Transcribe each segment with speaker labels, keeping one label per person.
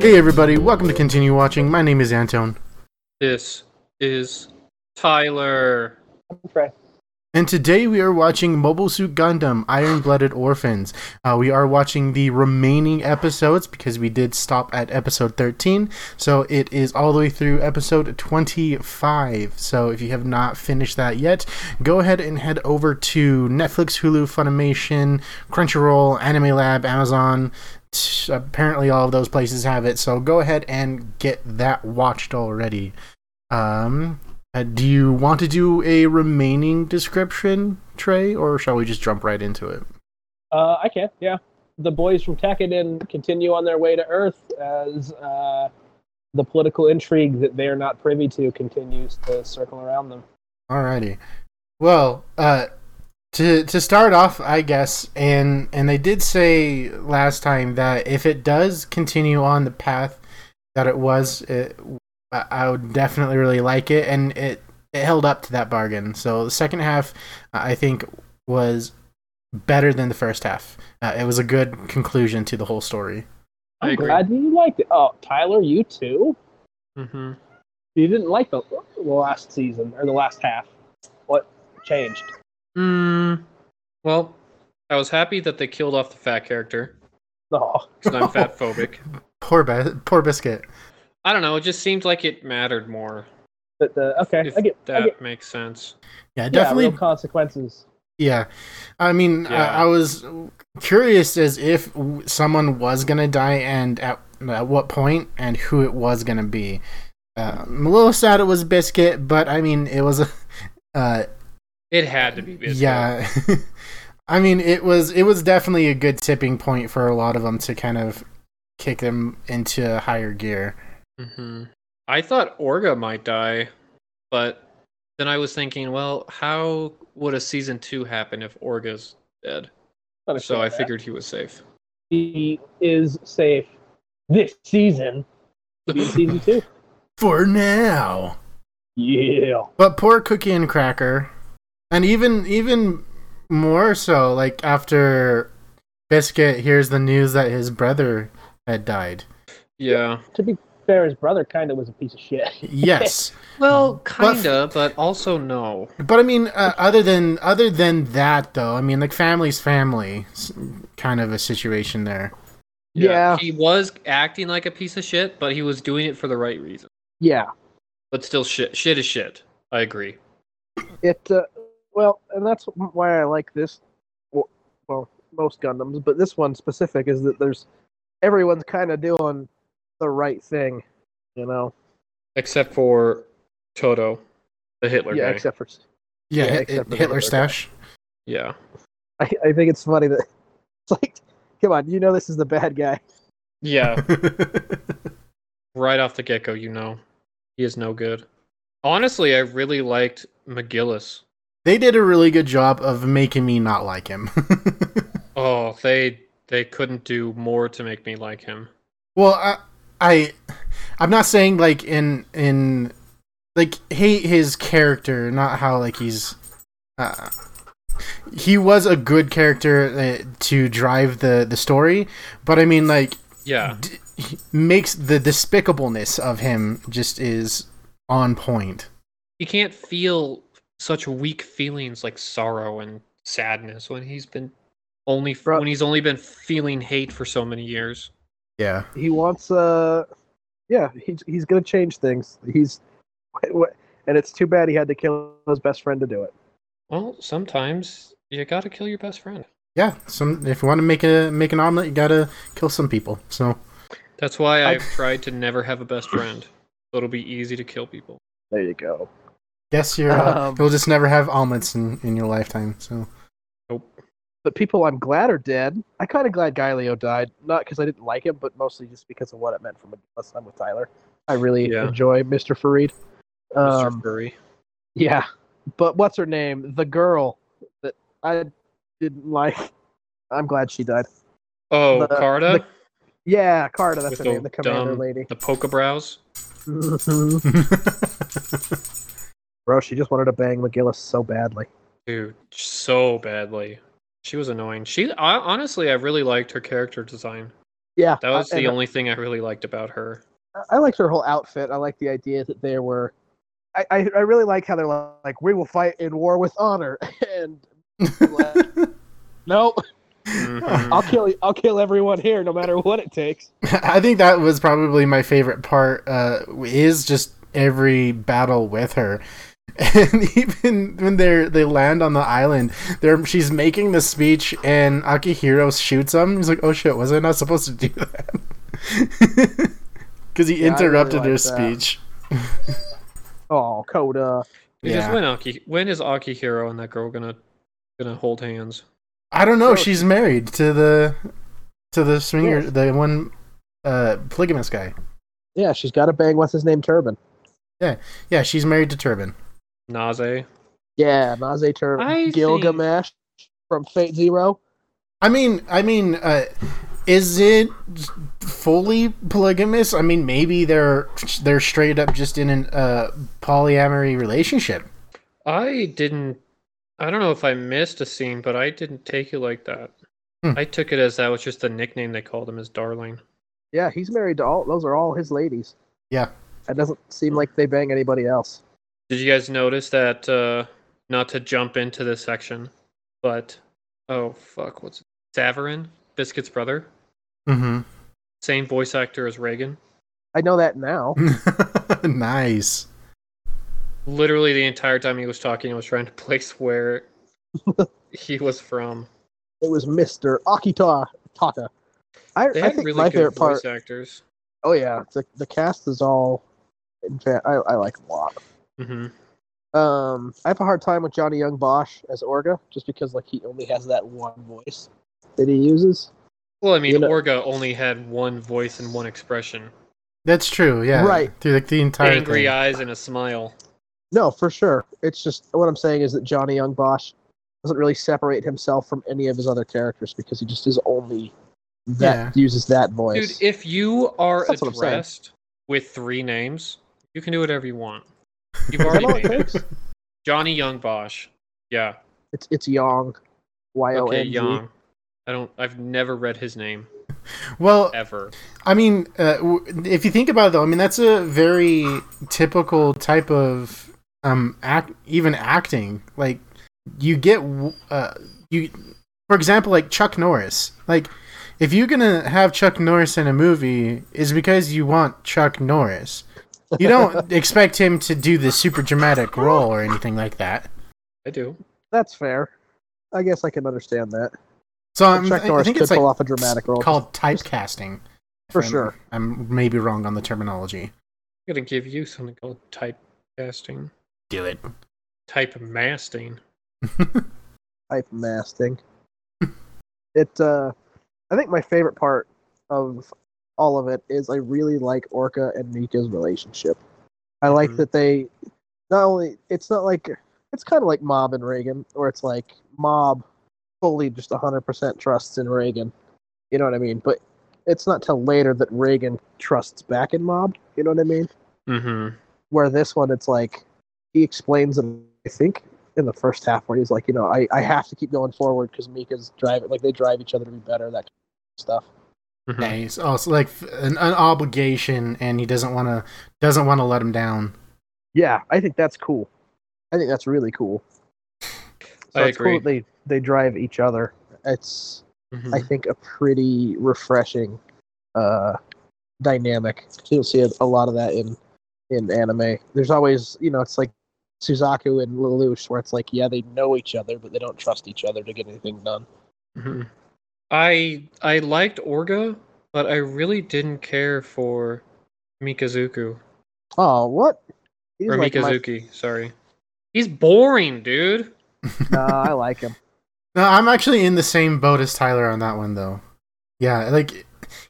Speaker 1: Hey everybody, welcome to Continue Watching. My name is Antone,
Speaker 2: This is Tyler.
Speaker 1: and today we are watching Mobile Suit Gundam: Iron Blooded Orphans. Uh, we are watching the remaining episodes because we did stop at episode 13, so it is all the way through episode 25. So if you have not finished that yet, go ahead and head over to Netflix, Hulu, Funimation, Crunchyroll, Anime Lab, Amazon. T- Apparently, all of those places have it, so go ahead and get that watched already. Um, uh, do you want to do a remaining description, Trey, or shall we just jump right into it?
Speaker 3: Uh, I can, yeah. The boys from Tekkaden continue on their way to Earth as uh, the political intrigue that they are not privy to continues to circle around them.
Speaker 1: Alrighty. Well, uh, to to start off, I guess, and and they did say last time that if it does continue on the path that it was, it, I- I would definitely really like it, and it it held up to that bargain. So the second half, I think, was better than the first half. Uh, it was a good conclusion to the whole story.
Speaker 2: I
Speaker 3: I'm
Speaker 2: agree.
Speaker 3: glad you liked it. Oh, Tyler, you too?
Speaker 2: Mm-hmm.
Speaker 3: You didn't like the, the last season or the last half. What changed?
Speaker 2: Mm, well, I was happy that they killed off the fat character
Speaker 3: Oh,
Speaker 2: because I'm fat phobic.
Speaker 1: Poor bi- poor biscuit.
Speaker 2: I don't know. It just seemed like it mattered more.
Speaker 3: but the, okay,
Speaker 2: If
Speaker 3: I get, I
Speaker 2: that
Speaker 3: get
Speaker 2: makes sense.
Speaker 1: Yeah,
Speaker 3: definitely
Speaker 1: definitely
Speaker 3: yeah, real consequences.
Speaker 1: Yeah, I mean,
Speaker 2: Yeah.
Speaker 1: I, I was curious as if w- someone was gonna die and at, at what point and who it was gonna be. Uh, I'm a little sad it was Biscuit, but I mean, it was a, uh,
Speaker 2: It had to be busy.
Speaker 1: yeah. I mean, it was it was definitely a good tipping point for a lot of them to kind of kick them into higher gear.
Speaker 2: hmm I thought Orga might die, but then I was thinking, well, how would a season two happen if Orga's dead?
Speaker 3: Not a
Speaker 2: So
Speaker 3: shame
Speaker 2: I
Speaker 3: of that.
Speaker 2: figured he was safe.
Speaker 3: he is safe this season. Be season two.
Speaker 1: For now.
Speaker 3: Yeah.
Speaker 1: But poor Cookie and Cracker, and even even more so, like after Biscuit hears the news that his brother had died.
Speaker 2: yeah.
Speaker 3: To be fair, his brother kind of was a piece of shit.
Speaker 1: Yes,
Speaker 2: Well,
Speaker 1: But-
Speaker 2: kinda, but also no.
Speaker 1: but I mean, uh, other than other than that, though, I mean, like family's family, s- kind of a situation there.
Speaker 3: Yeah.
Speaker 2: He was acting like a piece of shit, but he was doing it for the right reason.
Speaker 3: Yeah.
Speaker 2: But still, shit, shit is shit. I agree.
Speaker 3: It uh, well, and that's why I like this. w- Well, most Gundams, but this one specific is that there's everyone's kind of doing the right thing, you know.
Speaker 2: Except for Toto, the Hitler
Speaker 3: yeah,
Speaker 2: guy.
Speaker 3: except for
Speaker 1: Yeah,
Speaker 3: Yeah,
Speaker 1: Hit-
Speaker 3: except for the
Speaker 1: Hitler
Speaker 3: Hitler
Speaker 1: stash.
Speaker 2: yeah.
Speaker 3: I, I think it's funny that it's like, come on, you know this is the bad guy.
Speaker 2: Yeah. right off the get go, you know, he is no good. Honestly, I really liked McGillis.
Speaker 1: they did a really good job of making me not like him.
Speaker 2: Oh, they they couldn't do more to make me like him.
Speaker 1: Well, I, I, I'm not saying like in in like hate his character, not how like he's. Uh, he was a good character uh, to drive the the story, but I mean like
Speaker 2: Yeah.
Speaker 1: d- he makes the despicableness of him just is on point.
Speaker 2: He can't feel such weak feelings like sorrow and sadness when he's been only
Speaker 3: Bro-
Speaker 2: when he's only been feeling hate for so many years.
Speaker 1: Yeah.
Speaker 3: He wants uh, yeah, he's he's gonna change things. He's and it's too bad he had to kill his best friend to do it.
Speaker 2: Well, sometimes you gotta kill your best friend.
Speaker 1: Yeah, some if you want to make a make an omelet, you gotta kill some people. So
Speaker 2: That's why
Speaker 1: I-
Speaker 2: I've tried to never have a best friend. So it'll be easy to kill people.
Speaker 3: There you go.
Speaker 1: guess you're uh,
Speaker 3: Um,
Speaker 1: you'll just never have omelets in in your lifetime. So
Speaker 3: But people I'm glad are dead. I kind of glad Galileo died, not because I didn't like him, but mostly just because of what it meant for me last time with Tyler. I really
Speaker 2: Yeah.
Speaker 3: enjoy Mr. Farid. Um,
Speaker 2: Mr. Furry.
Speaker 3: Yeah, but what's her name? The girl that I didn't like. I'm glad she died.
Speaker 2: Oh,
Speaker 3: the-
Speaker 2: Carta?
Speaker 3: Yeah, Carter, that's
Speaker 2: With
Speaker 3: her name,
Speaker 2: the
Speaker 3: the commander
Speaker 2: dumb-
Speaker 3: lady.
Speaker 2: The polka brows?
Speaker 3: Mhm. Bro, she just wanted to bang McGillis so badly.
Speaker 2: Dude, so badly. She was annoying. She I, honestly I really liked her character design.
Speaker 3: Yeah,
Speaker 2: That was
Speaker 3: I,
Speaker 2: the
Speaker 3: Uh, and
Speaker 2: only thing I really liked about her.
Speaker 3: I liked her whole outfit. I like the idea that they were. I, I, I really like how they're like, we will fight in war with honor, and no,
Speaker 2: Mhm.
Speaker 3: I'll kill you. I'll kill everyone here, no matter what it takes.
Speaker 1: I think that was probably my favorite part. Uh, is just every battle with her, and even when they they land on the island, there she's making the speech, and Akihiro shoots him. He's like, "Oh shit, was I not supposed to do that?" Because he
Speaker 3: Yeah, I really
Speaker 1: interrupted her
Speaker 3: liked that.
Speaker 1: speech.
Speaker 3: Oh, Coda.
Speaker 2: Because
Speaker 1: Yeah.
Speaker 2: when Aki, when is Akihiro and that girl gonna gonna hold hands?
Speaker 1: I don't know.
Speaker 3: Oh.
Speaker 1: She's married to the to the swinger,
Speaker 3: Yes.
Speaker 1: the one uh, polygamous guy.
Speaker 3: Yeah, she's got a bang. What's his name? Turban.
Speaker 1: Yeah, she's married to Turban.
Speaker 2: Naze.
Speaker 3: Yeah, Maze Turban.
Speaker 2: I think-
Speaker 3: Gilgamesh from Fate Zero.
Speaker 1: I mean, I mean, uh, is it fully polygamous? I mean, maybe they're they're straight up just in a uh, polyamory relationship.
Speaker 2: I didn't. I don't know if I missed a scene, but I didn't take it like that.
Speaker 1: Hmm.
Speaker 2: I took it as that was just the nickname they called him as Darling.
Speaker 3: Yeah, he's married to all. Those are all his ladies.
Speaker 1: Yeah.
Speaker 3: It doesn't seem like they bang anybody else.
Speaker 2: Did you guys notice that? Uh, not to jump into this section, but oh fuck, what's Savarin Biscuit's brother?
Speaker 1: Mm-hmm.
Speaker 2: Same voice actor as Reagan.
Speaker 3: I know that now.
Speaker 1: Hmm. nice.
Speaker 2: Literally the entire time he was talking, I was trying to place where he was from.
Speaker 3: It was Mister Akita Taka. I,
Speaker 2: They
Speaker 3: I
Speaker 2: had
Speaker 3: think
Speaker 2: really
Speaker 3: my
Speaker 2: good
Speaker 3: favorite
Speaker 2: voice
Speaker 3: part.
Speaker 2: actors.
Speaker 3: Oh yeah, the the cast is all. In fact, I, I like them a lot.
Speaker 2: hmm
Speaker 3: Um, I have a hard time with Johnny Young Bosch as Orga, just because like he only has that one voice that he uses.
Speaker 2: Well, I mean,
Speaker 3: You know-
Speaker 2: Orga only had one voice and one expression.
Speaker 1: That's true. Yeah.
Speaker 3: Right.
Speaker 1: Through like the entire
Speaker 2: angry
Speaker 1: thing.
Speaker 2: eyes and a smile.
Speaker 3: No, for sure. It's just what I'm saying is that Johnny Young Bosch doesn't really separate himself from any of his other characters because he just is only that uses that
Speaker 2: Dude,
Speaker 3: voice.
Speaker 2: if you are
Speaker 3: That's what I'm saying.
Speaker 2: addressed with three names, you can do whatever you want. You've
Speaker 3: Is
Speaker 2: already
Speaker 3: that all it
Speaker 2: made it.
Speaker 3: takes?
Speaker 2: Johnny Young Bosch. Yeah.
Speaker 3: It's it's Young, Y O
Speaker 2: Okay,
Speaker 3: N G.
Speaker 2: Young. I don't I've never read his name
Speaker 1: Well,
Speaker 2: ever.
Speaker 1: I mean, uh, w- if you think about it, though, I mean that's a very typical type of um act, even acting. Like you get w- uh you, for example, like Chuck Norris. Like if you're gonna have Chuck Norris in a movie, is because you want Chuck Norris. You don't expect him to do the super dramatic role or anything like that.
Speaker 2: I do.
Speaker 3: That's fair. I guess I can understand that.
Speaker 1: So
Speaker 3: But
Speaker 1: I'm,
Speaker 3: Chuck
Speaker 1: Um, I- I
Speaker 3: Norris
Speaker 1: think
Speaker 3: could
Speaker 1: it's like
Speaker 3: pull off a dramatic role.
Speaker 1: called typecasting.
Speaker 3: For
Speaker 1: I'm-
Speaker 3: sure.
Speaker 1: I'm maybe wrong on the terminology.
Speaker 2: I'm gonna give you something called typecasting.
Speaker 1: Do it.
Speaker 2: Type masting.
Speaker 3: type masting. it uh I think my favorite part of all of it is I really like Orca and Nika's relationship. I like
Speaker 2: Mhm.
Speaker 3: that they not only it's not like it's kind of like Mob and Reagan or it's like Mob fully just 100% trusts in Reagan. You know what I mean? But it's not till later that Reagan trusts back in Mob, you know what I mean?
Speaker 2: Mm-hmm.
Speaker 3: where this one it's like he explains it i think in the first half where he's like you know i, I have to keep going forward because mika's driving like they drive each other to be better that kind of stuff
Speaker 2: Mm-hmm.
Speaker 1: Nice. Also, like f- an, an obligation, and he doesn't want to doesn't want to let him down.
Speaker 3: yeah i think that's cool i think that's really cool so
Speaker 2: I
Speaker 3: it's
Speaker 2: agree.
Speaker 3: cool that they they drive each other it's
Speaker 2: Mm-hmm.
Speaker 3: i think a pretty refreshing uh dynamic you'll see a, a lot of that in in anime there's always you know it's like Suzaku and Lelouch, where it's like, yeah, they know each other, but they don't trust each other to get anything done.
Speaker 2: Mhm. I I liked Orga, but I really didn't care for Mikazuku
Speaker 3: Oh, what? He's
Speaker 2: or
Speaker 3: like my-
Speaker 2: Mikazuki. Sorry, he's boring, dude.
Speaker 3: Nah, I like him.
Speaker 1: No, I'm actually in the same boat as Tyler on that one, though. Yeah, like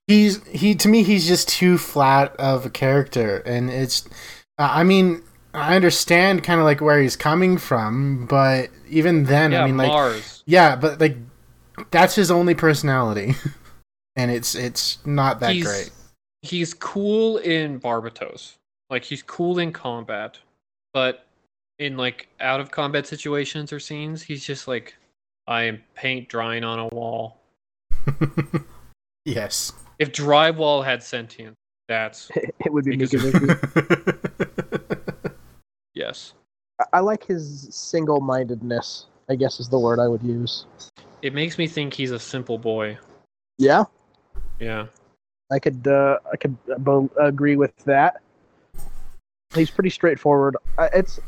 Speaker 1: he's he to me he's just too flat of a character, and it's. Uh, I mean, I understand kind of like where he's coming from, but even then,
Speaker 2: yeah,
Speaker 1: I mean, like
Speaker 2: Mars.
Speaker 1: yeah, but like that's his only personality, and it's it's not that
Speaker 2: he's
Speaker 1: great.
Speaker 2: he's cool in Barbatos. Like he's cool in combat, but in like out of combat situations or scenes, he's just like I am paint drying on a wall.
Speaker 1: yes.
Speaker 2: If Drywall had sentience, that's
Speaker 3: it would be
Speaker 2: Because-
Speaker 3: Mika Miku.
Speaker 2: yes.
Speaker 3: I- I like his single-mindedness. I guess is the word I would use.
Speaker 2: It makes me think he's a simple boy.
Speaker 3: Yeah,
Speaker 2: Yeah.
Speaker 3: I could uh, I could bo- agree with that. He's pretty straightforward. I, it's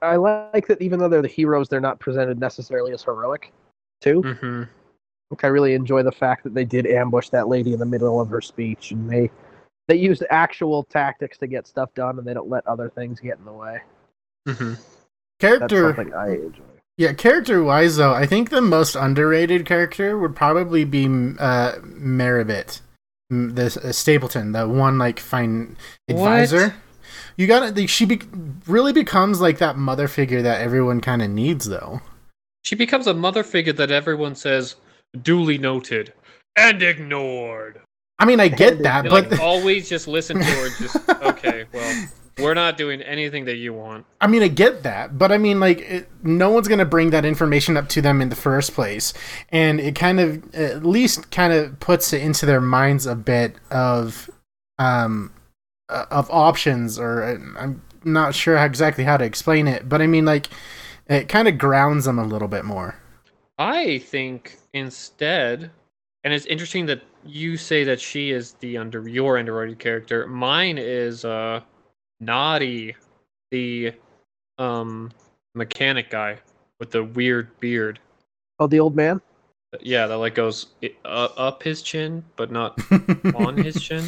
Speaker 3: I like that even though they're the heroes, they're not presented necessarily as heroic. Too,
Speaker 2: hmm
Speaker 3: Like, I really enjoy the fact that they did ambush that lady in the middle of her speech, and they they used actual tactics to get stuff done, and they don't let other things get in the way.
Speaker 2: hmm
Speaker 3: That's
Speaker 1: character
Speaker 3: something I enjoy.
Speaker 1: Yeah, character wise though, I think the most underrated character would probably be uh, Maribit, M- the uh, Stapleton, the one like fine
Speaker 2: What?
Speaker 1: advisor. You got to She be- really becomes like that mother figure that everyone kind of needs though.
Speaker 2: She becomes a mother figure that everyone says duly noted and ignored.
Speaker 1: I mean, I get
Speaker 3: They-
Speaker 1: that,
Speaker 2: They,
Speaker 1: but
Speaker 2: like always just listen to her. and Just okay. Well, we're not doing anything that you want.
Speaker 1: I mean, I get that, but I mean, like, it, no one's going to bring that information up to them in the first place. And it kind of, at least, kind of puts it into their minds a bit of, um, uh, of options, or uh, I'm not sure how, exactly how to explain it, but I mean, like, it kind of grounds them a little bit more.
Speaker 2: I think instead, and it's interesting that you say that she is the under your underrated character. Mine is uh, Naughty, the um mechanic guy with the weird beard.
Speaker 3: Oh, the old man.
Speaker 2: Yeah, that like goes i- uh, up his chin, but not on his chin.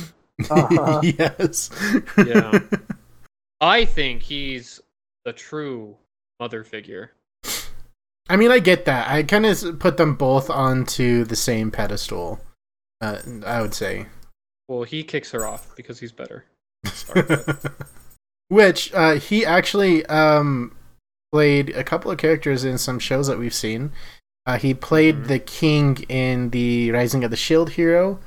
Speaker 3: Uh-huh.
Speaker 1: yes.
Speaker 2: Yeah. I think he's the true mother figure.
Speaker 1: I mean, I get that. I kind of put them both onto the same pedestal, uh, I would say.
Speaker 2: Well, he kicks her off because he's better.
Speaker 1: Which uh, he actually um, played a couple of characters in some shows that we've seen. Uh, he played
Speaker 2: Mhm.
Speaker 1: the king in the Rising of the Shield Hero.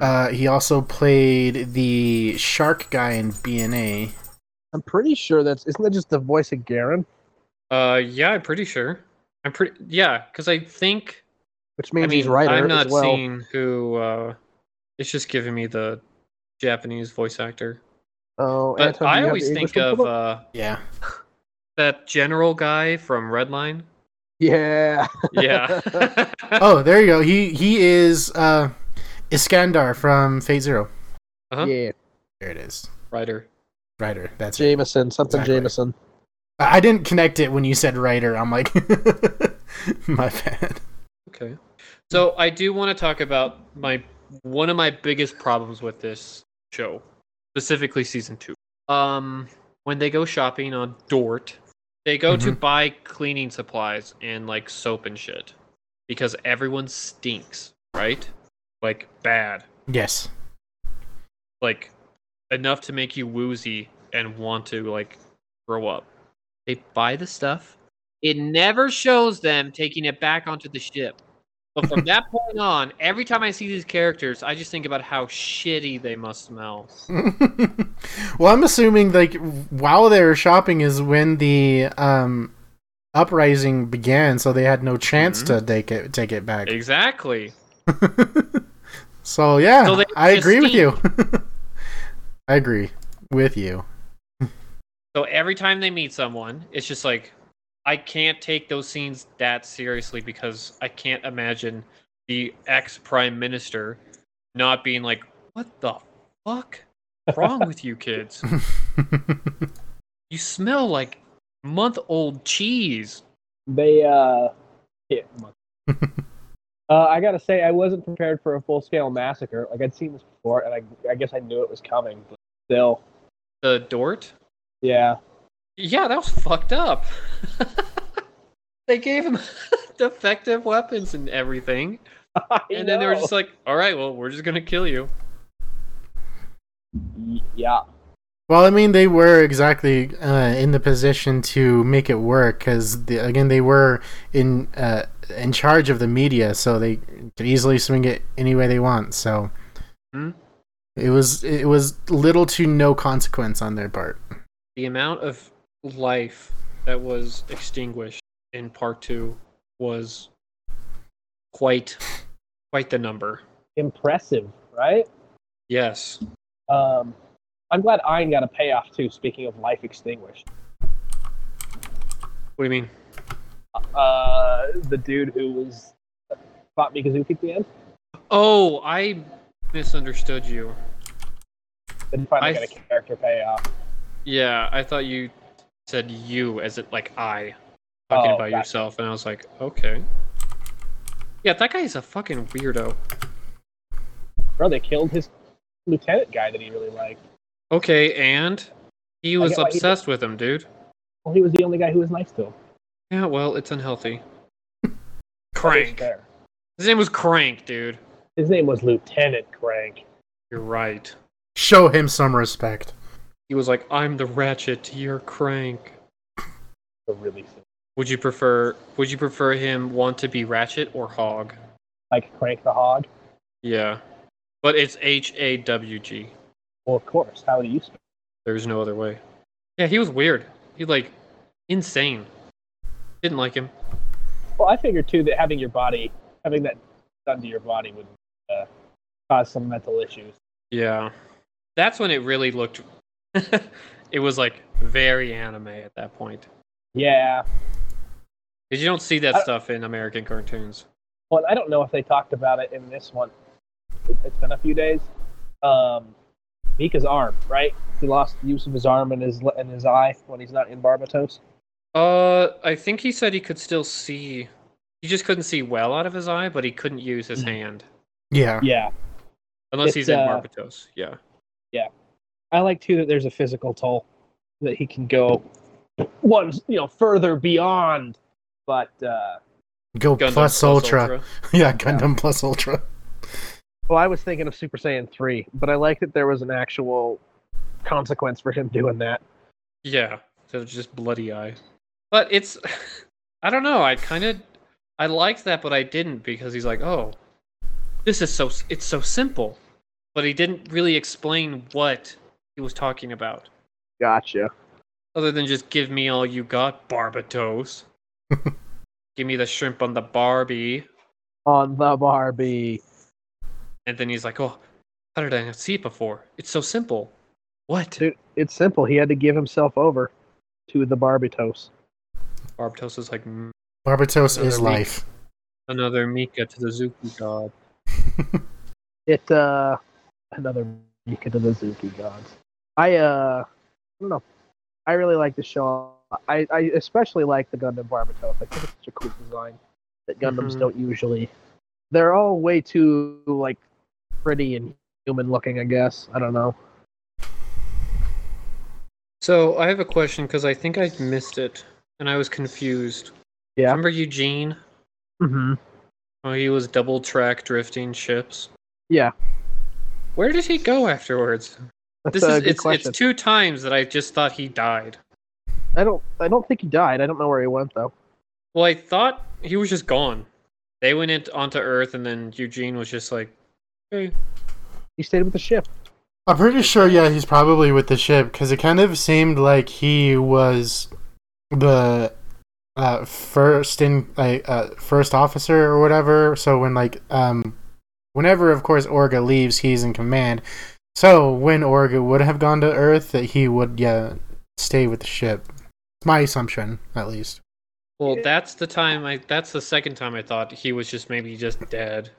Speaker 1: Uh, he also played the shark guy in BNA.
Speaker 3: I'm pretty sure that's isn't that just the voice of Garen,
Speaker 2: Uh, yeah, I'm pretty sure. I'm pretty yeah, because I think
Speaker 3: which
Speaker 2: I
Speaker 3: means
Speaker 2: mean
Speaker 3: he's writer
Speaker 2: I'm not
Speaker 3: as well.
Speaker 2: seeing who. Uh, it's just giving me the Japanese voice actor.
Speaker 3: Oh,
Speaker 2: But
Speaker 3: Anton, do you
Speaker 2: I
Speaker 3: have
Speaker 2: always
Speaker 3: the
Speaker 2: think
Speaker 3: English one
Speaker 2: of
Speaker 3: pulled up?
Speaker 2: uh,
Speaker 1: Yeah.
Speaker 2: that general guy from Redline.
Speaker 3: yeah,
Speaker 2: Yeah.
Speaker 1: Oh, there you go. He he is uh, Iskandar from Phase Zero.
Speaker 2: Huh?
Speaker 3: yeah,
Speaker 1: There it is.
Speaker 2: Writer.
Speaker 1: Writer. That's it.
Speaker 3: Jameson, something
Speaker 1: Exactly.
Speaker 3: Jameson.
Speaker 1: I I didn't connect it when you said writer. I'm like, my bad.
Speaker 2: Okay. So I do want to talk about my one of my biggest problems with this show, specifically season two. Um, when they go shopping on Dort, they go to buy cleaning supplies and like soap and shit because everyone stinks, right? Like bad,
Speaker 1: Yes.
Speaker 2: like enough to make you woozy and want to like grow up. They buy the stuff. It never shows them taking it back onto the ship. But from that point on, every time I see these characters, I just think about how shitty they must smell.
Speaker 1: well, I'm assuming like while they were shopping is when the um uprising began, so they had no chance to
Speaker 2: Mm-hmm.
Speaker 1: take it take it back.
Speaker 2: Exactly.
Speaker 1: so yeah,
Speaker 2: So they
Speaker 1: I
Speaker 2: just
Speaker 1: agree with you. I agree with you.
Speaker 2: So every time they meet someone, it's just like I can't take those scenes that seriously because I can't imagine the ex prime minister not being like, "What the fuck wrong with you kids? You smell like month old cheese."
Speaker 3: They uh, yeah. uh, I gotta say, I wasn't prepared for a full scale massacre. Like I'd seen this before, and I I guess I knew it was coming, but still,
Speaker 2: The Dort?
Speaker 3: yeah.
Speaker 2: Yeah, that was fucked up. they gave him defective weapons and everything,
Speaker 3: I
Speaker 2: and then they were
Speaker 3: know.
Speaker 2: just like, "All right, well, we're just gonna kill you."
Speaker 3: Y- yeah.
Speaker 1: Well, I mean, they were exactly uh, in the position to make it work because, again, they were in uh, in charge of the media, so they could easily swing it any way they want. So
Speaker 2: Hmm.
Speaker 1: it was it was little to no consequence on their part.
Speaker 2: the amount of life that was extinguished in part two was quite quite the number
Speaker 3: Impressive, right?
Speaker 2: Yes.
Speaker 4: Um, I'm glad Ayn got a payoff too. Speaking of life extinguished,
Speaker 2: What do you mean?
Speaker 4: uh, the dude who was uh, fought Mikazuki at the end,
Speaker 2: Oh, I misunderstood you.
Speaker 4: then finally
Speaker 2: I
Speaker 4: got a
Speaker 2: th-
Speaker 4: character payoff.
Speaker 2: Yeah, I thought you said you as it like I talking
Speaker 4: Oh,
Speaker 2: about
Speaker 4: gotcha.
Speaker 2: yourself, and I was like, okay. Yeah, that guy is a fucking weirdo.
Speaker 4: Bro, they killed his lieutenant guy that he really liked.
Speaker 2: Okay, and he was
Speaker 4: get why he did-
Speaker 2: obsessed with him, dude.
Speaker 4: Well, he was the only guy who was nice to him.
Speaker 2: Yeah, well, it's unhealthy.
Speaker 4: That is
Speaker 2: Crank.
Speaker 4: fair.
Speaker 2: His name was Crank, dude.
Speaker 4: His name was Lieutenant Crank.
Speaker 2: You're right.
Speaker 1: Show him some respect.
Speaker 2: He was like, I'm the ratchet, you're Crank.
Speaker 4: The really sick-
Speaker 2: Would you prefer would you prefer him want to be ratchet or hog?
Speaker 4: like Crank the Hog.
Speaker 2: Yeah. But it's H A W G.
Speaker 4: Well, of course. How do you spell?
Speaker 2: There's no other way. Yeah, he was weird. He like insane. Didn't like him.
Speaker 4: Well, I figured too that having your body, having that done to your body would uh, cause some mental issues.
Speaker 2: Yeah. That's when it really looked it was like very anime at that point.
Speaker 4: Yeah.
Speaker 2: Because you don't see that
Speaker 4: I-
Speaker 2: stuff in American cartoons.
Speaker 4: Well, I don't know if they talked about it in this one. It- It's been a few days. Um, Mika's arm, right? He lost the use of his arm and his le- and his eye when he's not in Barbatos.
Speaker 2: Uh I think he said he could still see he just couldn't see well out of his eye, but he couldn't use his
Speaker 4: Mhm.
Speaker 2: hand.
Speaker 1: Yeah.
Speaker 4: Yeah.
Speaker 2: Unless
Speaker 4: It's,
Speaker 2: he's in
Speaker 4: uh,
Speaker 2: Marpetos. Yeah.
Speaker 4: I like too that there's a physical toll that he can go one, you know, further beyond. But uh,
Speaker 1: Go
Speaker 2: Gundam
Speaker 1: plus, Ultra. Yeah, Gundam plus Ultra.
Speaker 3: Well, I was thinking of Super Saiyan 3, but I like that there was an actual consequence for him doing that.
Speaker 2: Yeah, so it's just bloody eye. But it's, I don't know. I kind of, I liked that, but I didn't because he's like, oh, this is so, s- it's so simple. But he didn't really explain what he was talking about,
Speaker 3: Gotcha.
Speaker 2: other than just give me all you got, Barbatos. give me the shrimp on the Barbie,
Speaker 3: On the Barbie.
Speaker 2: and then he's like, oh, how did I not see it before? It's so simple. What?
Speaker 3: Dude, it's simple. He had to give himself over to the Barbitos.
Speaker 2: Barbatos is like "Mm,
Speaker 1: Barbatos
Speaker 2: Another
Speaker 1: is
Speaker 2: week.
Speaker 1: life.
Speaker 2: another Mika to the Zuki god.
Speaker 3: It, uh, another Mika to the Zuki gods. I, uh, I don't know. I really like the show. I, I especially like the Gundam Barbatos. I think it's such a cool design that Gundams
Speaker 2: Mhm.
Speaker 3: don't usually. They're all way too, like, pretty and human looking, I guess. I don't know.
Speaker 2: So I have a question because I think I missed it and I was confused.
Speaker 3: Yeah.
Speaker 2: Remember Eugene?
Speaker 3: Mm-hmm.
Speaker 2: Oh, he was double track drifting ships.
Speaker 3: Yeah.
Speaker 2: Where did he go afterwards?
Speaker 3: That's
Speaker 2: This
Speaker 3: a
Speaker 2: is
Speaker 3: good
Speaker 2: it's,
Speaker 3: question.
Speaker 2: it's two times that I just thought he died.
Speaker 3: I don't. I don't think he died. I don't know where he went though.
Speaker 2: Well, I thought he was just gone. They went into, onto Earth and then Eugene was just like, "Hey,
Speaker 3: He stayed with the ship.
Speaker 1: I'm pretty sure, yeah, he's probably with the ship because it kind of seemed like he was the uh, first in like uh, first officer or whatever. So when like um, whenever of course Orga leaves, he's in command. So when Orga would have gone to Earth, that he would yeah stay with the ship. It's my assumption, at least.
Speaker 2: Well,
Speaker 4: Yeah.
Speaker 2: that's the time I that's the second time I thought he was just maybe just dead.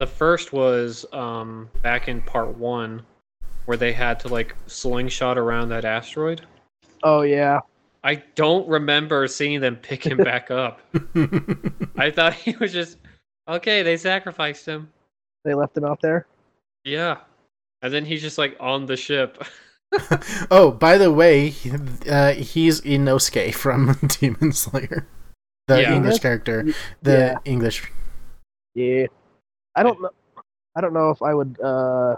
Speaker 2: The first was um back in part 1 where they had to like slingshot around that asteroid.
Speaker 3: Oh yeah.
Speaker 2: I don't remember seeing them pick him back up. I thought he was just okay, they sacrificed him.
Speaker 3: They left him out there.
Speaker 2: Yeah. And then he's just like on the ship.
Speaker 1: oh, by the way, he- uh, he's Inosuke from Demon Slayer, the
Speaker 2: Yeah.
Speaker 1: English character,
Speaker 3: Y-
Speaker 1: the English
Speaker 3: Yeah. I don't know. I don't know if I would uh,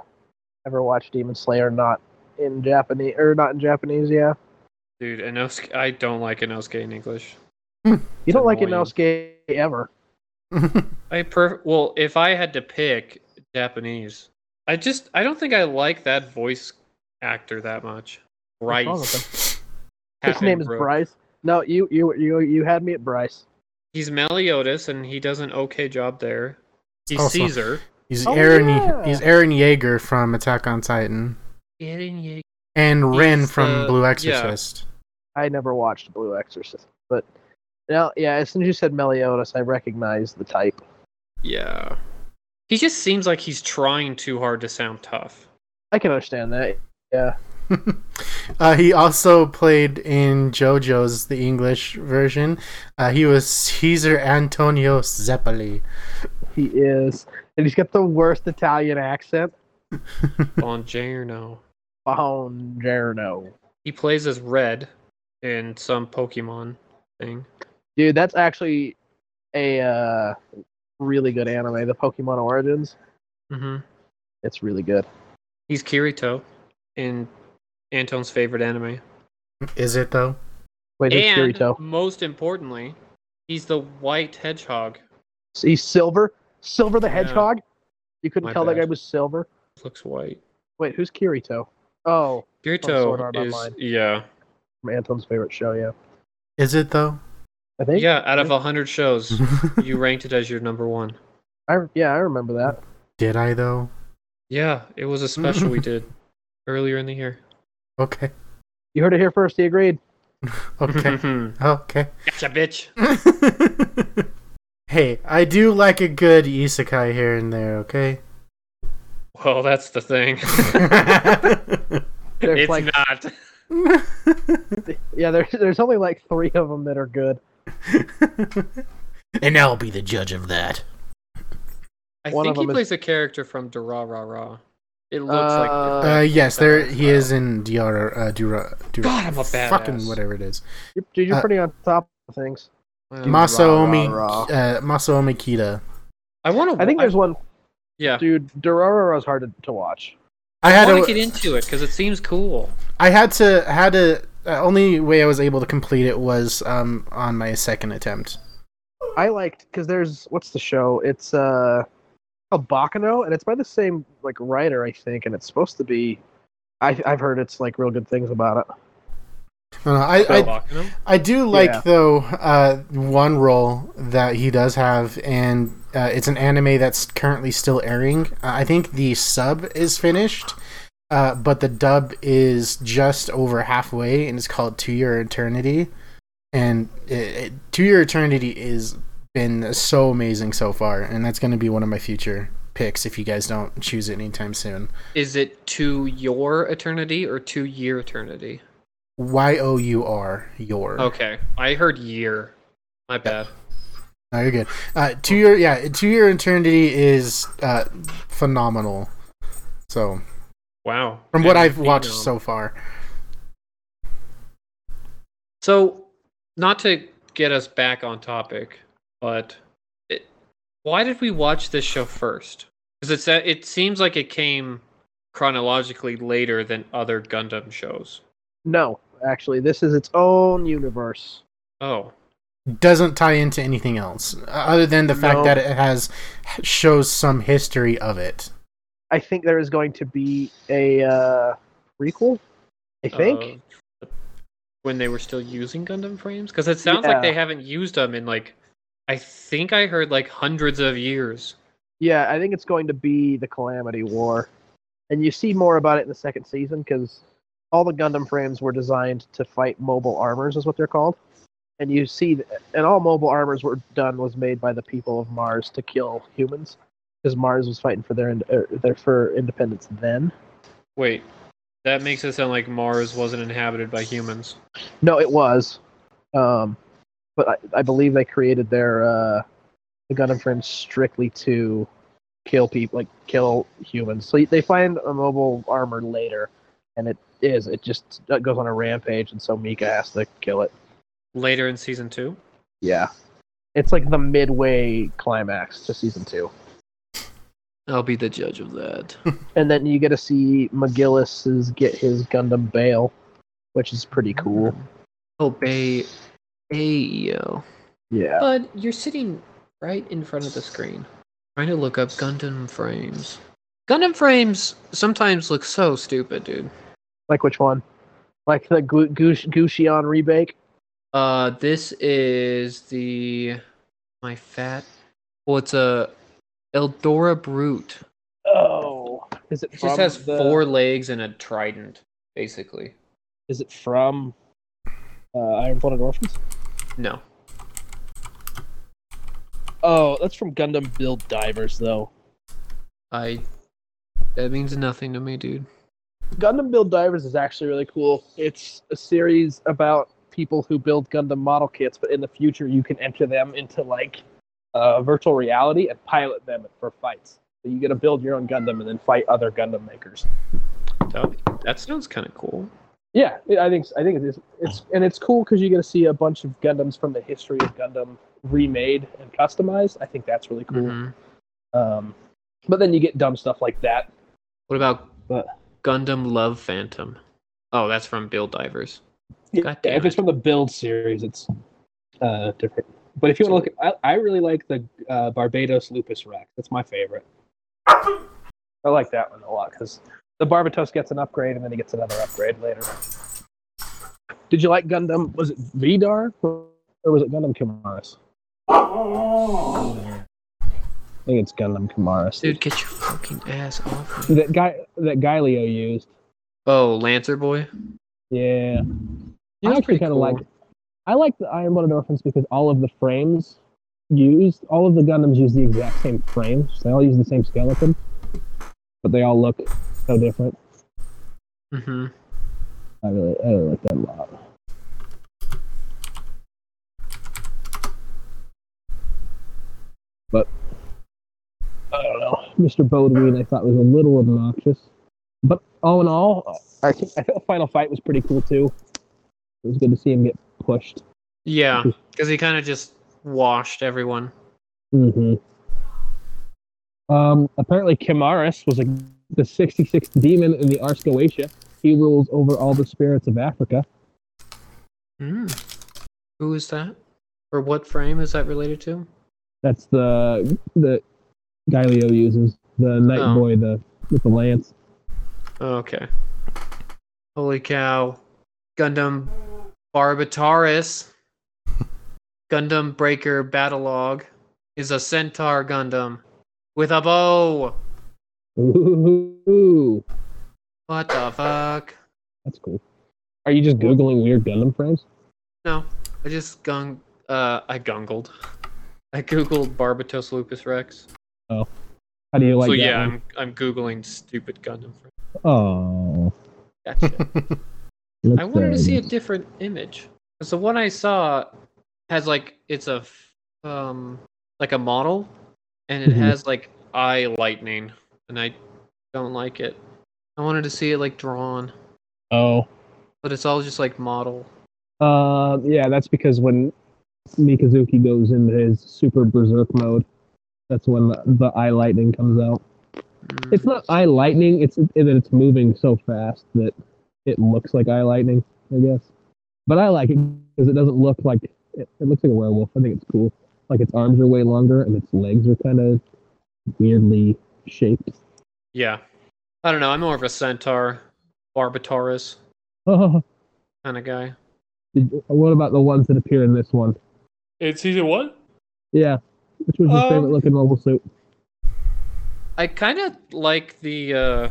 Speaker 3: ever watch Demon Slayer or not in Japanese or not in Japanese. Yeah.
Speaker 2: Dude, Inosuke, I don't like Inosuke in English.
Speaker 3: You don't like
Speaker 2: Annoying.
Speaker 3: Inosuke ever.
Speaker 2: I per well, if I had to pick Japanese, I just I don't think I like that voice actor that much.
Speaker 3: What's wrong with
Speaker 2: Bryce.
Speaker 3: His
Speaker 2: Captain
Speaker 3: name is
Speaker 2: Brooke.
Speaker 3: Bryce. No, you you you you had me at Bryce.
Speaker 2: He's Meliodas, and he does an okay job there. He's
Speaker 1: Also-
Speaker 2: Caesar.
Speaker 1: He's
Speaker 3: Oh,
Speaker 1: Aaron.
Speaker 3: yeah.
Speaker 1: He's Aaron Yeager from Attack on Titan
Speaker 2: Eren Yeager.
Speaker 1: and Ren
Speaker 2: He's
Speaker 1: from
Speaker 2: the-
Speaker 1: Blue
Speaker 2: yeah.
Speaker 1: Exorcist.
Speaker 3: I never watched Blue Exorcist, but now, yeah, as soon as you said Meliodas, I recognized the type.
Speaker 2: Yeah. He just seems like he's trying too hard to sound tough.
Speaker 3: I can understand that.
Speaker 1: uh, he also played in JoJo's the English version. Uh, he was Caesar Antonio Zeppeli.
Speaker 3: He is, and he's got the worst Italian accent.
Speaker 2: Bonjerno.
Speaker 3: Bongerno.
Speaker 2: He plays as Red in some Pokemon thing.
Speaker 3: Dude, that's actually a uh, really good anime, the Pokemon Origins.
Speaker 2: hmm
Speaker 3: It's really good.
Speaker 2: He's Kirito in Anton's favorite anime.
Speaker 1: Is it though?
Speaker 3: Wait, it's
Speaker 2: and
Speaker 3: Kirito.
Speaker 2: most importantly, he's the white hedgehog.
Speaker 3: He's Silver. Silver the
Speaker 2: Yeah.
Speaker 3: Hedgehog. You couldn't
Speaker 2: My
Speaker 3: tell that
Speaker 2: bad.
Speaker 3: guy was Silver.
Speaker 2: Looks white.
Speaker 3: Wait, who's Kirito? Oh, Sword
Speaker 2: Kirito
Speaker 3: Art
Speaker 2: is
Speaker 3: Online.
Speaker 2: yeah.
Speaker 3: from Anton's favorite show, yeah.
Speaker 1: Is it though?
Speaker 3: I think.
Speaker 2: Yeah, out of a hundred shows, you ranked it as your number one.
Speaker 3: I, yeah, I remember that.
Speaker 1: Did I though?
Speaker 2: Yeah, it was a special we did earlier in the year.
Speaker 1: Okay.
Speaker 3: You heard it here first. He agreed.
Speaker 1: Okay. okay.
Speaker 2: gotcha, bitch.
Speaker 1: hey, I do like a good isekai here and there, okay?
Speaker 2: Well, that's the thing.
Speaker 3: There's
Speaker 2: it's
Speaker 3: like,
Speaker 2: not.
Speaker 3: yeah, there's there's only like three of them that are good.
Speaker 1: and I'll be the judge of that.
Speaker 2: I
Speaker 3: One
Speaker 2: think
Speaker 3: of
Speaker 2: he
Speaker 3: them is-
Speaker 2: plays a character from Ra Ra. It looks
Speaker 3: Uh,
Speaker 2: like.
Speaker 1: Uh, yes, there he is in Dior. Uh, Dura, Dura,
Speaker 2: God, I'm a badass.
Speaker 1: Fucking whatever it is.
Speaker 3: You're, dude, you're
Speaker 1: Uh,
Speaker 3: pretty on top of things.
Speaker 2: Well,
Speaker 1: Masaomi,
Speaker 3: rah,
Speaker 1: uh, Masaomi Kida.
Speaker 2: I want to.
Speaker 3: I think there's one,
Speaker 2: yeah.
Speaker 3: dude. Dororo is hard to, to watch.
Speaker 1: I
Speaker 2: I
Speaker 1: had
Speaker 2: want to
Speaker 1: a,
Speaker 2: get into it because it seems cool.
Speaker 1: I had to had to. Uh, only way I was able to complete it was um on my second attempt.
Speaker 3: I liked because there's what's the show? It's uh, called Bacano, and it's by the same like writer, I think, and it's supposed to be. I, I've heard it's like real good things about it.
Speaker 1: No, no, I, I
Speaker 2: Bakuno?
Speaker 1: I do like
Speaker 3: Yeah.
Speaker 1: though uh, one role that he does have, and uh, it's an anime that's currently still airing. Uh, I think the sub is finished, uh, but the dub is just over halfway, and it's called Two Year Eternity. And it, it, Two Year Eternity is been so amazing so far, and that's going to be one of my future picks if you guys don't choose it anytime soon.
Speaker 2: Is it to your eternity or to year eternity?
Speaker 1: Y O U R your.
Speaker 2: Okay, I heard year. My bad.
Speaker 1: No, you're good. Uh, two year, yeah, two year eternity is uh, phenomenal. So,
Speaker 2: Wow.
Speaker 1: from what
Speaker 2: Yeah,
Speaker 1: I've watched
Speaker 2: phenom.
Speaker 1: so far,
Speaker 2: So, not to get us back on topic, but it, why did we watch this show first? Because it's that it seems like it came chronologically later than other Gundam shows.
Speaker 3: No, actually, this is its own universe.
Speaker 2: Oh,
Speaker 1: doesn't tie into anything else uh, other than the fact
Speaker 3: No.
Speaker 1: that it has shows some history of it.
Speaker 3: I think there is going to be a uh, prequel. I think.
Speaker 2: uh, when they were still using Gundam frames, because it sounds like they
Speaker 3: Yeah.
Speaker 2: haven't used them in like, I think I heard like hundreds of years.
Speaker 3: Yeah, I think it's going to be the Calamity War. And you see more about it in the second season because all the Gundam frames were designed to fight mobile armors, is what they're called. And you see, th- and all mobile armors were done was made by the people of Mars to kill humans because Mars was fighting for their, ind- er, their for independence then.
Speaker 2: Wait, that makes it sound like Mars wasn't inhabited by humans.
Speaker 3: No, it was. Um, but I, I believe they created their uh, the Gundam frames strictly to kill people, like kill humans. So they find a mobile armor later, and it is it just it goes on a rampage, and so Mika has to kill it.
Speaker 2: Later in season two.
Speaker 3: Yeah, it's like the midway climax to season two,
Speaker 2: I'll be the judge of that.
Speaker 3: and then you get to see McGillis's get his Gundam Bale, which is pretty cool.
Speaker 2: Oh, Obey AEO.
Speaker 3: Yeah,
Speaker 2: Bud, you're sitting right in front of the screen, trying to look up Gundam frames. Gundam frames sometimes look so stupid, dude.
Speaker 3: like which one? Like the Gu- Gush- Gushion rebake.
Speaker 2: Uh, this is the my fat. Well, it's a Eldora Brute.
Speaker 3: Oh, is it
Speaker 2: It
Speaker 3: from
Speaker 2: just has
Speaker 3: the-
Speaker 2: four legs and a trident, basically.
Speaker 3: Is it from uh, Iron Blooded Orphans?
Speaker 2: No.
Speaker 3: Oh, that's from Gundam Build Divers, though.
Speaker 2: I. That means nothing to me, dude.
Speaker 3: Gundam Build Divers is actually really cool. It's a series about people who build Gundam model kits, but in the future you can enter them into like uh, virtual reality and pilot them for fights. So you get to build your own Gundam and then fight other Gundam makers.
Speaker 2: That, that sounds kind of cool.
Speaker 3: Yeah, I think I think it's it's and it's cool because you get to see a bunch of Gundams from the history of Gundam remade and customized. I think that's really cool.
Speaker 2: Mhm.
Speaker 3: Um, but then you get dumb stuff like that.
Speaker 2: What about
Speaker 3: But-
Speaker 2: Gundam Love Phantom? Oh, that's from Build Divers. God damn
Speaker 3: if it's
Speaker 2: it.
Speaker 3: from the build series, it's uh, different. But if you want to look, I, I really like the uh, Barbados Lupus Rack. That's my favorite. I like that one a lot because the Barbados gets an upgrade and then he gets another upgrade later. Did you like Gundam? Was it Vidar or was it Gundam Kamaris? I think it's Gundam Kamaris.
Speaker 2: Dude, get your fucking ass off me.
Speaker 3: That guy that Galio used.
Speaker 2: Oh, Lancer Boy?
Speaker 3: Yeah.
Speaker 2: Yeah,
Speaker 3: I
Speaker 2: that's
Speaker 3: actually
Speaker 2: pretty
Speaker 3: kind of
Speaker 2: cool.
Speaker 3: like. I like the Iron Blooded Orphans because all of the frames used, all of the Gundams use the exact same frames. They all use the same skeleton, but they all look so different.
Speaker 2: hmm
Speaker 3: I really, I really like that a lot. But I don't know, Mr. Bodeweed, I thought was a little obnoxious, but all in all, I think I thought Final Fight was pretty cool too. It was good to see him get pushed.
Speaker 2: Yeah, because he kind of just washed everyone.
Speaker 3: Mm-hmm. Um, apparently, Kimaris was a, the 66th demon in the Ars Goetia. He rules over all the spirits of Africa.
Speaker 2: Mm. Who is that? Or what frame is that related to?
Speaker 3: That's the the Galio uses the Night
Speaker 2: Oh.
Speaker 3: Boy the with the lance.
Speaker 2: Okay. Holy cow. Gundam Barbataris. Gundam Breaker Battlelog is a centaur Gundam with a bow.
Speaker 3: Ooh,
Speaker 2: What the fuck?
Speaker 3: that's cool. Are you just googling weird Gundam frames?
Speaker 2: No, I just gung. Uh, I gungled. I googled Barbatos Lupus Rex.
Speaker 3: How do you like
Speaker 2: so
Speaker 3: that?
Speaker 2: yeah,
Speaker 3: Oh, one?
Speaker 2: I'm I'm googling stupid Gundam. frames.
Speaker 3: Oh.
Speaker 2: Gotcha. I
Speaker 3: let's,
Speaker 2: wanted to
Speaker 3: um,
Speaker 2: see a different image. 'Cause the one I saw has like it's a f- um like a model, and it
Speaker 3: Mhm.
Speaker 2: has like eye lightning, and I don't like it. I wanted to see it like drawn,
Speaker 3: Oh.
Speaker 2: but it's all just like model.
Speaker 3: Uh, yeah, that's because when Mikazuki goes into his super berserk mode, that's when the, the eye lightning comes out.
Speaker 2: Mm.
Speaker 3: It's not eye lightning; it's it, that it's moving so fast that it looks like eye lightning, I guess. But I like it because it doesn't look like it, it looks like a werewolf. I think it's cool. Like its arms are way longer and its legs are kind of weirdly shaped.
Speaker 2: Yeah, I don't know. I'm more of a centaur, Barbataurus
Speaker 3: Oh,
Speaker 2: kind of guy.
Speaker 3: did, what about the ones that appear in this one?
Speaker 2: It's season one.
Speaker 3: Yeah, which was your
Speaker 2: Um,
Speaker 3: favorite looking mobile suit?
Speaker 2: I kind of like the uh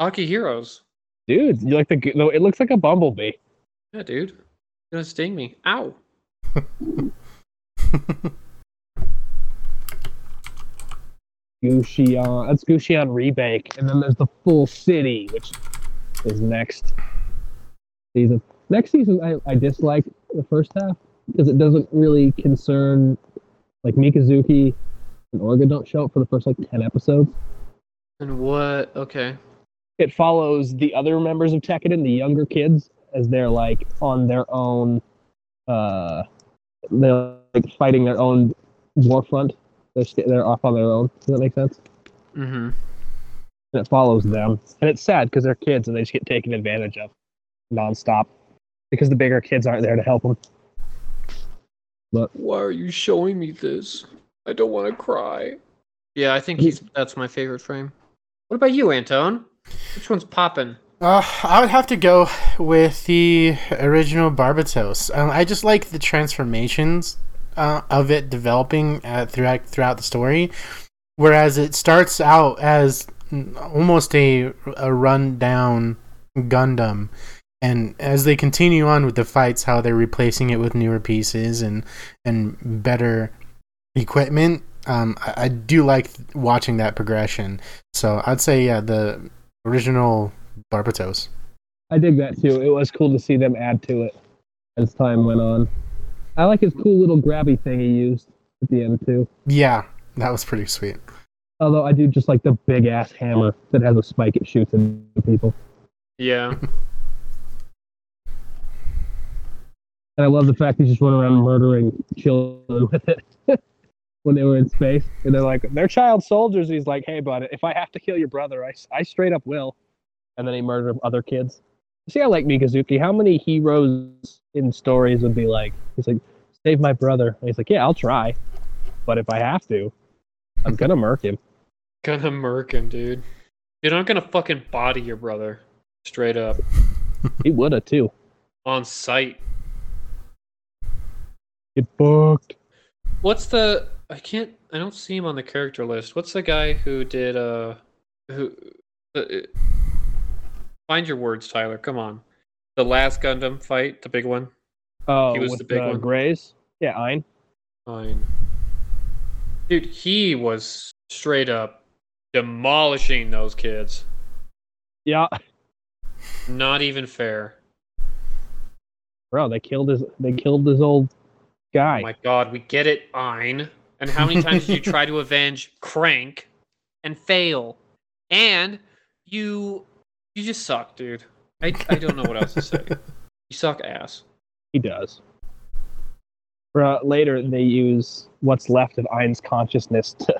Speaker 2: Aki heroes.
Speaker 3: Dude, you like the g- no? It looks like a bumblebee.
Speaker 2: Yeah, dude, It's gonna sting me. Ow.
Speaker 3: Gushion. That's Gushion Rebank. And then there's the full city, which is next season. Next season, I, I dislike the first half because it doesn't really concern, like, Mikazuki and Orga don't show up for the first, like, 10 episodes.
Speaker 2: And what? Okay.
Speaker 3: It follows the other members of Tekiden, the younger kids, as they're, like, on their own, uh, they're, like, fighting their own war front. They're, st- they're off on their own. Does that make sense?
Speaker 2: Mm-hmm.
Speaker 3: and it follows them. And it's sad because they're kids and they just get taken advantage of nonstop because the bigger kids aren't there to help them.
Speaker 2: Why are you showing me this? I don't want to cry. Yeah, I think he's. That's my favorite frame. What about you, Anton? Which one's popping?
Speaker 1: Uh, I would have to go with the original Barbatos. Um, I just like the transformations uh, of it developing uh, throughout throughout the story. Whereas it starts out as n- almost a a rundown Gundam, and as they continue on with the fights, how they're replacing it with newer pieces and and better equipment. Um, I, I do like watching that progression. So I'd say yeah, the original Barbatos.
Speaker 3: I dig that too. It was cool to see them add to it as time went on. I like his cool little grabby thing he used at the end too.
Speaker 1: Yeah, that was pretty sweet.
Speaker 3: Although I do just like the big ass hammer that has a spike it shoots into people.
Speaker 2: Yeah.
Speaker 3: And I love the fact he's just running around murdering children with it when they were in space. And they're like, they're child soldiers. And he's like, hey, bud, if I have to kill your brother, I, I straight up will. And then he murdered other kids. See, I like Mikazuki. How many heroes in stories would be like, he's like, save my brother. And he's like, yeah, I'll try. But if I have to, I'm going to murk him.
Speaker 2: Gonna murk him, dude. Dude, I'm gonna fucking body your brother. Straight up.
Speaker 3: He would have too.
Speaker 2: On site.
Speaker 3: Get booked.
Speaker 2: What's the I can't I don't see him on the character list. What's the guy who did uh who uh, Find your words, Tyler. Come on. The last Gundam fight, the big one.
Speaker 3: Oh,
Speaker 2: He was
Speaker 3: with
Speaker 2: the big
Speaker 3: uh,
Speaker 2: one.
Speaker 3: Grays? Yeah, Ein.
Speaker 2: Fine. Dude, he was straight up demolishing those kids.
Speaker 3: Yeah.
Speaker 2: Not even fair.
Speaker 3: Bro, they killed his they killed his old guy.
Speaker 2: Oh my god, we get it, Ein. And how many times did you try to avenge Crank and fail? And you you just suck, dude. I, I don't know what else to say. You suck ass.
Speaker 3: He does. Uh, later, they use what's left of Ein's consciousness to,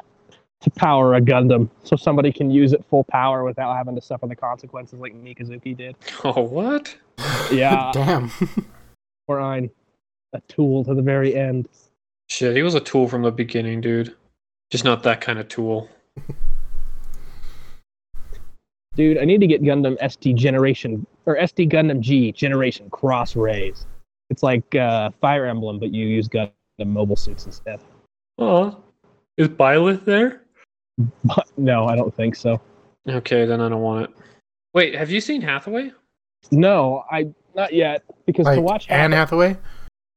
Speaker 3: to power a Gundam, so somebody can use it full power without having to suffer the consequences like Mikazuki did.
Speaker 2: Oh what?
Speaker 3: Yeah.
Speaker 1: Damn.
Speaker 3: Or Ein, a tool to the very end.
Speaker 2: Shit, he was a tool from the beginning, dude. Just not that kind of tool.
Speaker 3: Dude, I need to get Gundam SD Generation or SD Gundam G Generation Cross Rays. It's like uh, Fire Emblem, but you use Gundam mobile suits instead.
Speaker 2: Oh. Is Byleth there?
Speaker 3: But no, I don't think so.
Speaker 2: Okay, then I don't want it. Wait, have you seen Hathaway?
Speaker 3: No, I not yet because to
Speaker 1: like
Speaker 3: watch
Speaker 1: Anne Hathaway.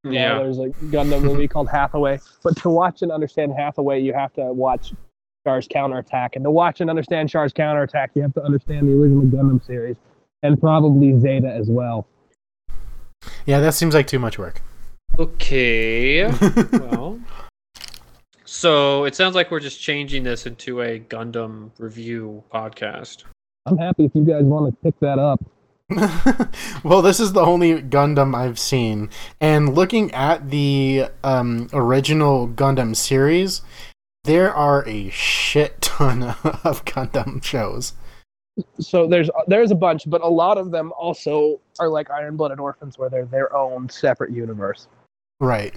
Speaker 3: Yeah, there's a Gundam movie called Hathaway. But to watch and understand Hathaway, you have to watch Char's Counterattack. And to watch and understand Char's Counterattack, you have to understand the original Gundam series and probably Zeta as well.
Speaker 1: Yeah, that seems like too much work.
Speaker 2: Okay. well, so it sounds like we're just changing this into a Gundam review podcast.
Speaker 3: I'm happy if you guys want to pick that up.
Speaker 1: well, this is the only Gundam I've seen, and looking at the um, original Gundam series, there are a shit ton of Gundam shows.
Speaker 3: So there's there's a bunch, but a lot of them also are like Iron Blooded Orphans, where they're their own separate universe.
Speaker 1: Right.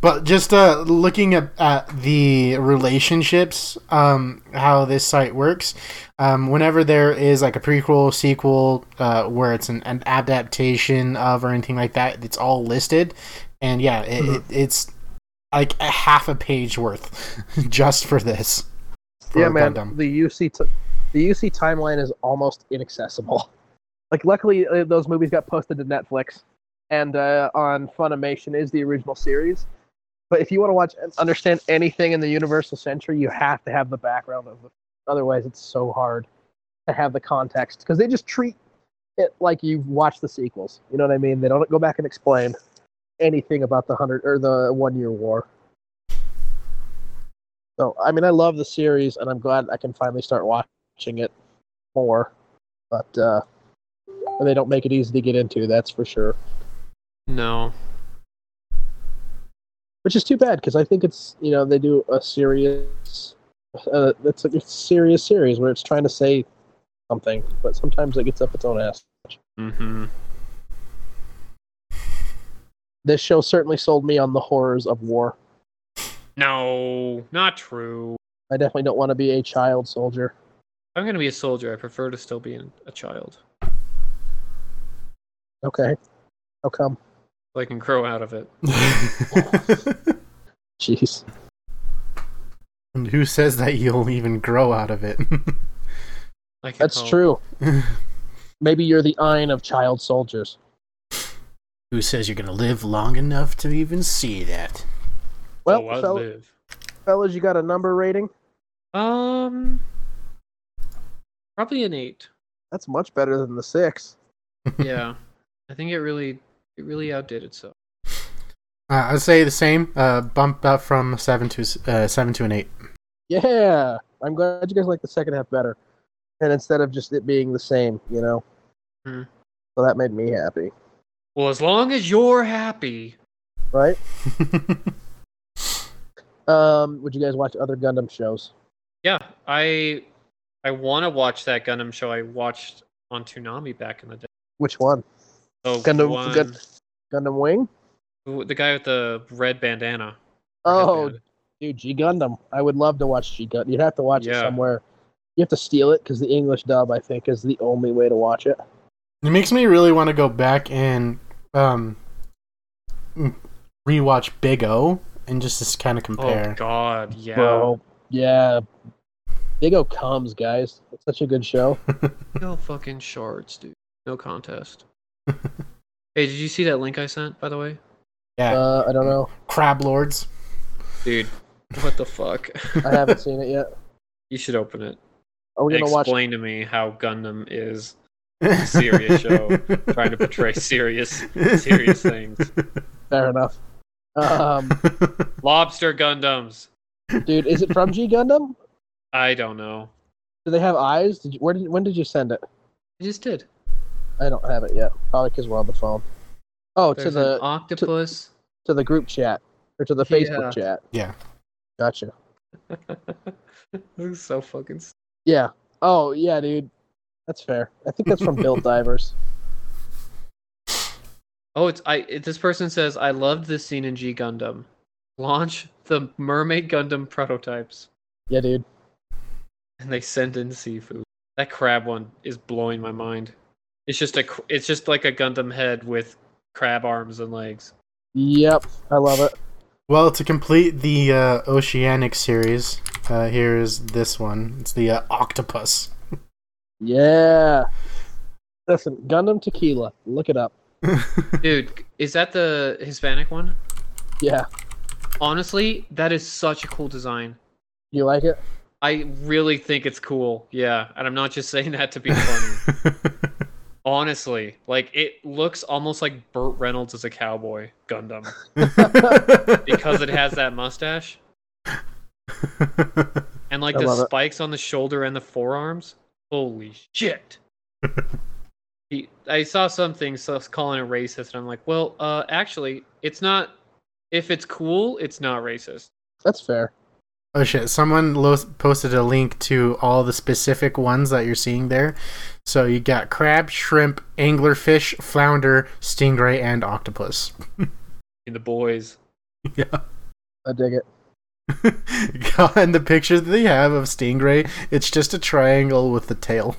Speaker 1: But just uh, looking at, at the relationships, um, how this site works, um, whenever there is like a prequel, sequel, uh, where it's an, an adaptation of or anything like that, it's all listed. And yeah, it, it, it's like a half a page worth just for this. for
Speaker 5: yeah, man.
Speaker 1: Gundam.
Speaker 5: The UC t- the UC timeline is almost inaccessible. Like, luckily, uh, those movies got posted to Netflix, and uh, on Funimation is the original series. But if you want to watch and understand anything in the Universal Century, you have to have the background of the. Otherwise, it's so hard to have the context because they just treat it like you've watched the sequels. You know what I mean? They don't go back and explain anything about the hundred or the one year war. So I mean, I love the series, and I'm glad I can finally start watching it more. But uh, they don't make it easy to get into, that's for sure.
Speaker 2: No.
Speaker 5: Which is too bad because I think it's you know they do a serious, uh, it's like a serious series where it's trying to say something, but sometimes it gets up its own ass.
Speaker 2: Mm-hmm.
Speaker 5: This show certainly sold me on the horrors of war.
Speaker 2: No, not true.
Speaker 5: I definitely don't want to be a child soldier.
Speaker 2: I'm gonna be a soldier. I prefer to still be an- a child.
Speaker 5: Okay, how come?
Speaker 2: So I can grow out of it.
Speaker 5: Jeez.
Speaker 1: And who says that you'll even grow out of it?
Speaker 2: I can
Speaker 3: That's
Speaker 2: hope.
Speaker 3: true. Maybe you're the iron of child soldiers.
Speaker 1: who says you're gonna live long enough to even see that?
Speaker 3: Well,
Speaker 2: Oh, I
Speaker 3: fell-
Speaker 2: live.
Speaker 3: fellas, you got a number rating?
Speaker 2: Um, probably an eight.
Speaker 3: That's much better than the six.
Speaker 2: Yeah, I think it really, it really outdid itself.
Speaker 1: Uh, I'd say the same. Uh, bump up from seven to s- uh, seven to an eight.
Speaker 3: Yeah, I'm glad you guys like the second half better, and instead of just it being the same, you know.
Speaker 2: Hmm.
Speaker 3: So that made me happy,
Speaker 2: Well, as long as you're happy,
Speaker 3: right? Um, would you guys watch other Gundam shows?
Speaker 2: yeah, I, I want to watch that Gundam show I watched on Toonami back in the day.
Speaker 3: Which one?
Speaker 2: So
Speaker 3: Gundam-
Speaker 2: one,
Speaker 3: Gun- Gundam Wing?
Speaker 2: who- the guy with the red bandana.
Speaker 3: Oh,
Speaker 2: Headband.
Speaker 3: dude, G Gundam. I would love to watch G Gundam. You'd have to watch it
Speaker 2: Yeah.
Speaker 3: somewhere. You have to steal it because the English dub, I think, is the only way to watch it.
Speaker 1: It makes me really want to go back and um, m- rewatch Big O and just kind of
Speaker 2: oh
Speaker 1: compare.
Speaker 2: God, yeah.
Speaker 3: Bro, yeah. Big O comes, guys. It's such a good show.
Speaker 2: No fucking shards, dude. No contest. hey, did you see that link I sent, by the way?
Speaker 1: yeah,
Speaker 3: Uh, I don't know.
Speaker 1: Crab Lords.
Speaker 2: Dude, what the fuck?
Speaker 3: I haven't seen it yet.
Speaker 2: You should open it.
Speaker 3: Are we gonna watch?
Speaker 2: Explain to me how Gundam is serious show, trying to portray serious, serious things.
Speaker 3: Fair enough. Um,
Speaker 2: Lobster Gundams.
Speaker 3: dude, is it from G Gundam?
Speaker 2: I don't know.
Speaker 3: Do they have eyes? Did you, where did when did you send it?
Speaker 2: I just did.
Speaker 3: I don't have it yet. Probably because we're on the phone. Oh, to
Speaker 2: There's an
Speaker 3: the
Speaker 2: octopus.
Speaker 3: to the group chat or to the
Speaker 2: Yeah.
Speaker 3: Facebook chat.
Speaker 1: Yeah.
Speaker 3: Gotcha.
Speaker 2: this is so fucking. s-
Speaker 3: Yeah. Oh yeah, dude. That's fair. I think that's from Build Divers.
Speaker 2: Oh, it's I. It, this person says I loved this scene in G Gundam. Launch the Mermaid Gundam prototypes,
Speaker 3: Yeah, dude.
Speaker 2: and they send in seafood. That crab one is blowing my mind. It's just a. cr- It's just like a Gundam head with crab arms and legs.
Speaker 3: Yep. I love it.
Speaker 1: Well, to complete the uh, Oceanic series, uh, here is this one. It's the uh, octopus.
Speaker 3: Yeah. Listen, Gundam Tequila. Look it up.
Speaker 2: Dude, is that the Hispanic one?
Speaker 3: Yeah.
Speaker 2: Honestly, that is such a cool design.
Speaker 3: You like it?
Speaker 2: I really think it's cool. Yeah, and I'm not just saying that to be funny. Honestly, like it looks almost like Burt Reynolds as a cowboy Gundam because it has that mustache and like
Speaker 3: I
Speaker 2: the
Speaker 3: love it.
Speaker 2: spikes on the shoulder and the forearms. Holy shit. He- I saw something so calling it racist, and I'm like, well, uh, actually, it's not. If it's cool, it's not racist.
Speaker 3: That's fair.
Speaker 1: Oh shit! Someone lo- posted a link to all the specific ones that you're seeing there. So you got crab, shrimp, anglerfish, flounder, stingray, and octopus.
Speaker 2: In the boys.
Speaker 1: Yeah.
Speaker 3: I dig it.
Speaker 1: and the picture that they have of stingray, it's just a triangle with the tail.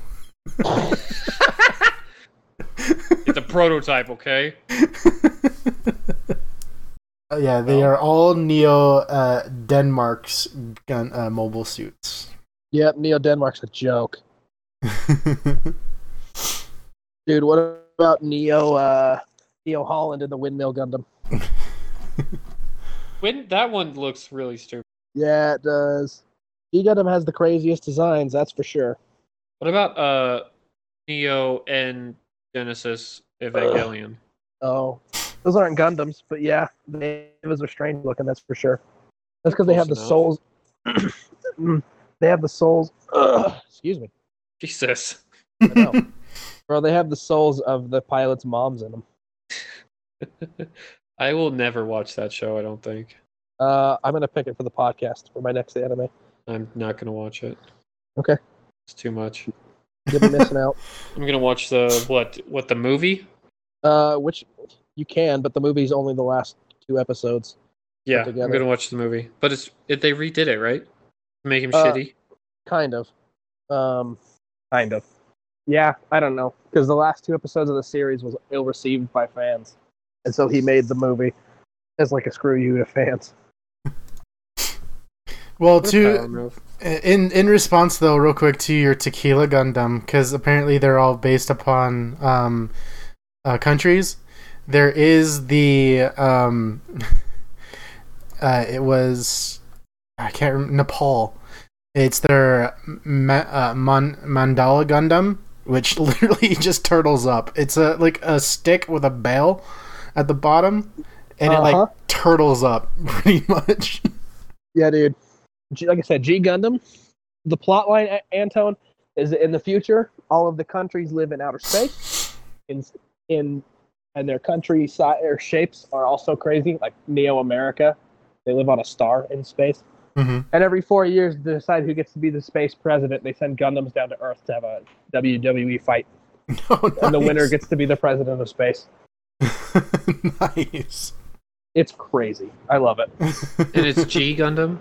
Speaker 2: It's a prototype, okay?
Speaker 1: Uh, yeah, they
Speaker 2: Well.
Speaker 1: are all Neo uh, Denmark's gun uh, mobile suits.
Speaker 3: Yep. Neo Denmark's a joke, dude. What about Neo? Uh, Neo Holland in the windmill Gundam.
Speaker 2: When that one looks really stupid.
Speaker 3: Yeah, it does. G Gundam has the craziest designs. That's for sure.
Speaker 2: What about uh Neo and Genesis Evangelion?
Speaker 3: Oh, those aren't Gundams, but yeah, the Navas are strange looking. That's for sure. That's because they have the
Speaker 2: Close
Speaker 3: souls. Mm, they have the souls. Ugh, excuse me,
Speaker 2: Jesus.
Speaker 3: I know. bro. They have the souls of the pilots' moms in them.
Speaker 2: I will never watch that show, I don't think.
Speaker 3: Uh, I'm gonna pick it for the podcast for my next anime.
Speaker 2: I'm not gonna watch it.
Speaker 3: Okay.
Speaker 2: It's too much.
Speaker 3: You'll be missing out.
Speaker 2: I'm gonna watch the what what the movie?
Speaker 3: Uh, which you can, but the movie's only the last two episodes.
Speaker 2: Yeah, I'm
Speaker 3: together.
Speaker 2: gonna watch the movie. But it's it, they redid it, right? To make him
Speaker 3: Uh,
Speaker 2: shitty.
Speaker 3: Kind of. Um, kind of. Yeah, I don't know. Because the last two episodes of the series was ill received by fans. And so he made the movie as like a screw you to fans.
Speaker 1: Well,
Speaker 2: What a power
Speaker 1: to
Speaker 2: move.
Speaker 1: in in response though, real quick to your Tequila Gundam, because apparently they're all based upon um, uh, countries. There is the um, uh, it was I can't remember Nepal. It's their ma- uh, Mon- Mandala Gundam, which literally just turtles up. It's a like a stick with a bell at the bottom, and it
Speaker 6: Uh-huh.
Speaker 1: like turtles up pretty much.
Speaker 6: Yeah, dude.
Speaker 3: G- like I said, G Gundam. The plot line, A- Anton, is that in the future, all of the countries live in outer space, in in and their country si- or shapes are also crazy, like Neo America. They live on a star in space,
Speaker 1: hmm
Speaker 3: and every four years they decide who gets to be the space president. They send Gundams down to Earth to have a WWE fight, and the winner gets to be the president of space.
Speaker 1: nice.
Speaker 3: It's crazy. I love it.
Speaker 2: and it's G Gundam.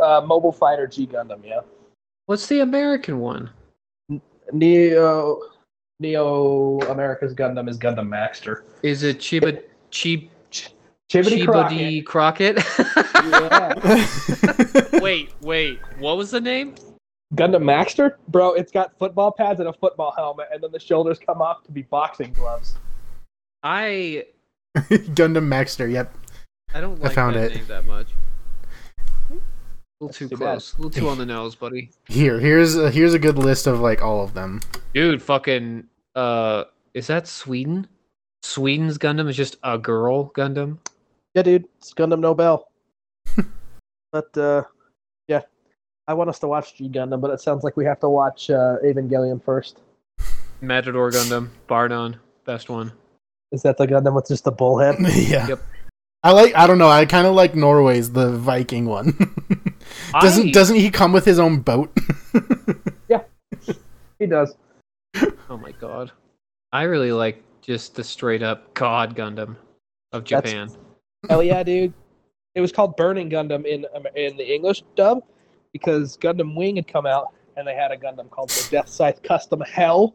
Speaker 3: Uh, Mobile Fighter G Gundam, yeah.
Speaker 2: What's the American one?
Speaker 3: Neo Neo America's Gundam is Gundam Master.
Speaker 2: Is it Chiba Chib
Speaker 3: Chibity Crockett.
Speaker 2: Chibody Crockett?
Speaker 3: Yeah.
Speaker 2: wait, wait. What was the name?
Speaker 3: Gundam Maxter? Bro, it's got football pads and a football helmet, and then the shoulders come off to be boxing gloves.
Speaker 2: I
Speaker 1: Gundam Maxter. Yep.
Speaker 2: I don't
Speaker 1: I
Speaker 2: like
Speaker 1: found
Speaker 2: that
Speaker 1: it.
Speaker 2: name that much. A little
Speaker 3: That's
Speaker 2: too
Speaker 3: too bad.
Speaker 2: close. A little too on the nose, buddy.
Speaker 1: Here, here's a, here's a good list of like all of them.
Speaker 2: Dude, fucking uh is that Sweden? Sweden's Gundam is just a girl Gundam.
Speaker 6: Yeah, dude. It's Gundam Nobel. but uh, yeah, I want us to watch G Gundam, but it sounds like we have to watch uh, Evangelion first.
Speaker 2: Matador Gundam, bar none, best one.
Speaker 6: Is that the Gundam with just the bullhead?
Speaker 1: yeah.
Speaker 2: Yep.
Speaker 1: I like. I don't know. I kind of like Norway's the Viking one. doesn't
Speaker 2: I-
Speaker 1: doesn't he come with his own boat?
Speaker 3: He does.
Speaker 2: Oh my god. I really like just the straight up God Gundam of
Speaker 3: That's-
Speaker 2: Japan.
Speaker 3: Hell yeah, dude. It was called Burning Gundam in Amer- in the English dub because Gundam Wing had come out, and they had a Gundam called the Death Scythe Custom Hell,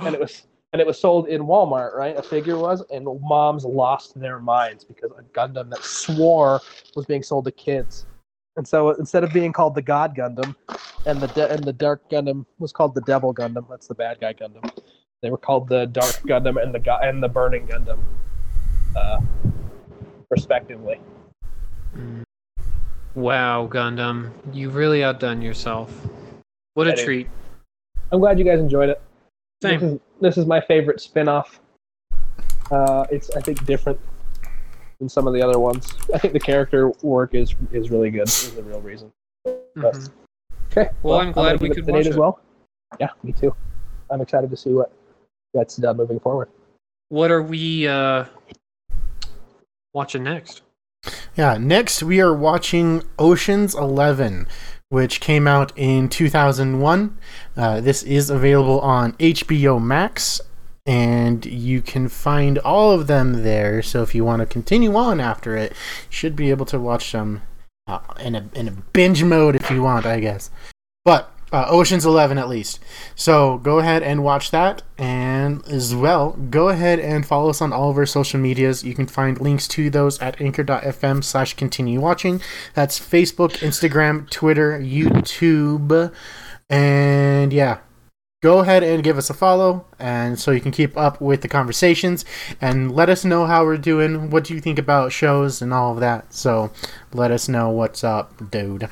Speaker 3: and it was and it was sold in Walmart, right? A figure was, and moms lost their minds because a Gundam that swore was being sold to kids, and so instead of being called the God Gundam, and the de- and the Dark Gundam was called the Devil Gundam. That's the bad guy Gundam. They were called the Dark Gundam and the Go- and the Burning Gundam, uh, respectively.
Speaker 2: Wow, Gundam. You really outdone yourself. What a
Speaker 3: That is-
Speaker 2: treat.
Speaker 3: I'm glad you guys enjoyed it.
Speaker 2: Same.
Speaker 3: This is, this is my favorite spin-off. Uh, it's I think different than some of the other ones. I think the character work is is really good. Is the real reason. but-
Speaker 2: Mhm.
Speaker 3: Okay.
Speaker 2: Well, I'm glad
Speaker 3: gonna
Speaker 2: we
Speaker 3: give
Speaker 2: could
Speaker 3: to
Speaker 2: watch
Speaker 3: Nate as
Speaker 2: it.
Speaker 3: well. Yeah, me too. I'm excited to see what gets done moving forward.
Speaker 2: What are we uh watching next?
Speaker 1: Yeah, next we are watching Ocean's Eleven, which came out in 2001. Uh, this is available on HBO Max, and you can find all of them there. So if you want to continue on after it, you should be able to watch them uh, in, a, in a binge mode if you want, I guess. But uh, Ocean's Eleven at least. So go ahead and watch that. And as well, go ahead and follow us on all of our social medias. You can find links to those at anchor.fm slash continue watching. That's Facebook, Instagram, Twitter, YouTube. And yeah, go ahead and give us a follow. And so you can keep up with the conversations and let us know how we're doing. What do you think about shows and all of that? So let us know what's up, dude.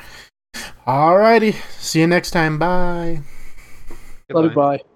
Speaker 1: Alrighty. See you next time. Bye.
Speaker 2: Goodbye.
Speaker 3: Love you, bye.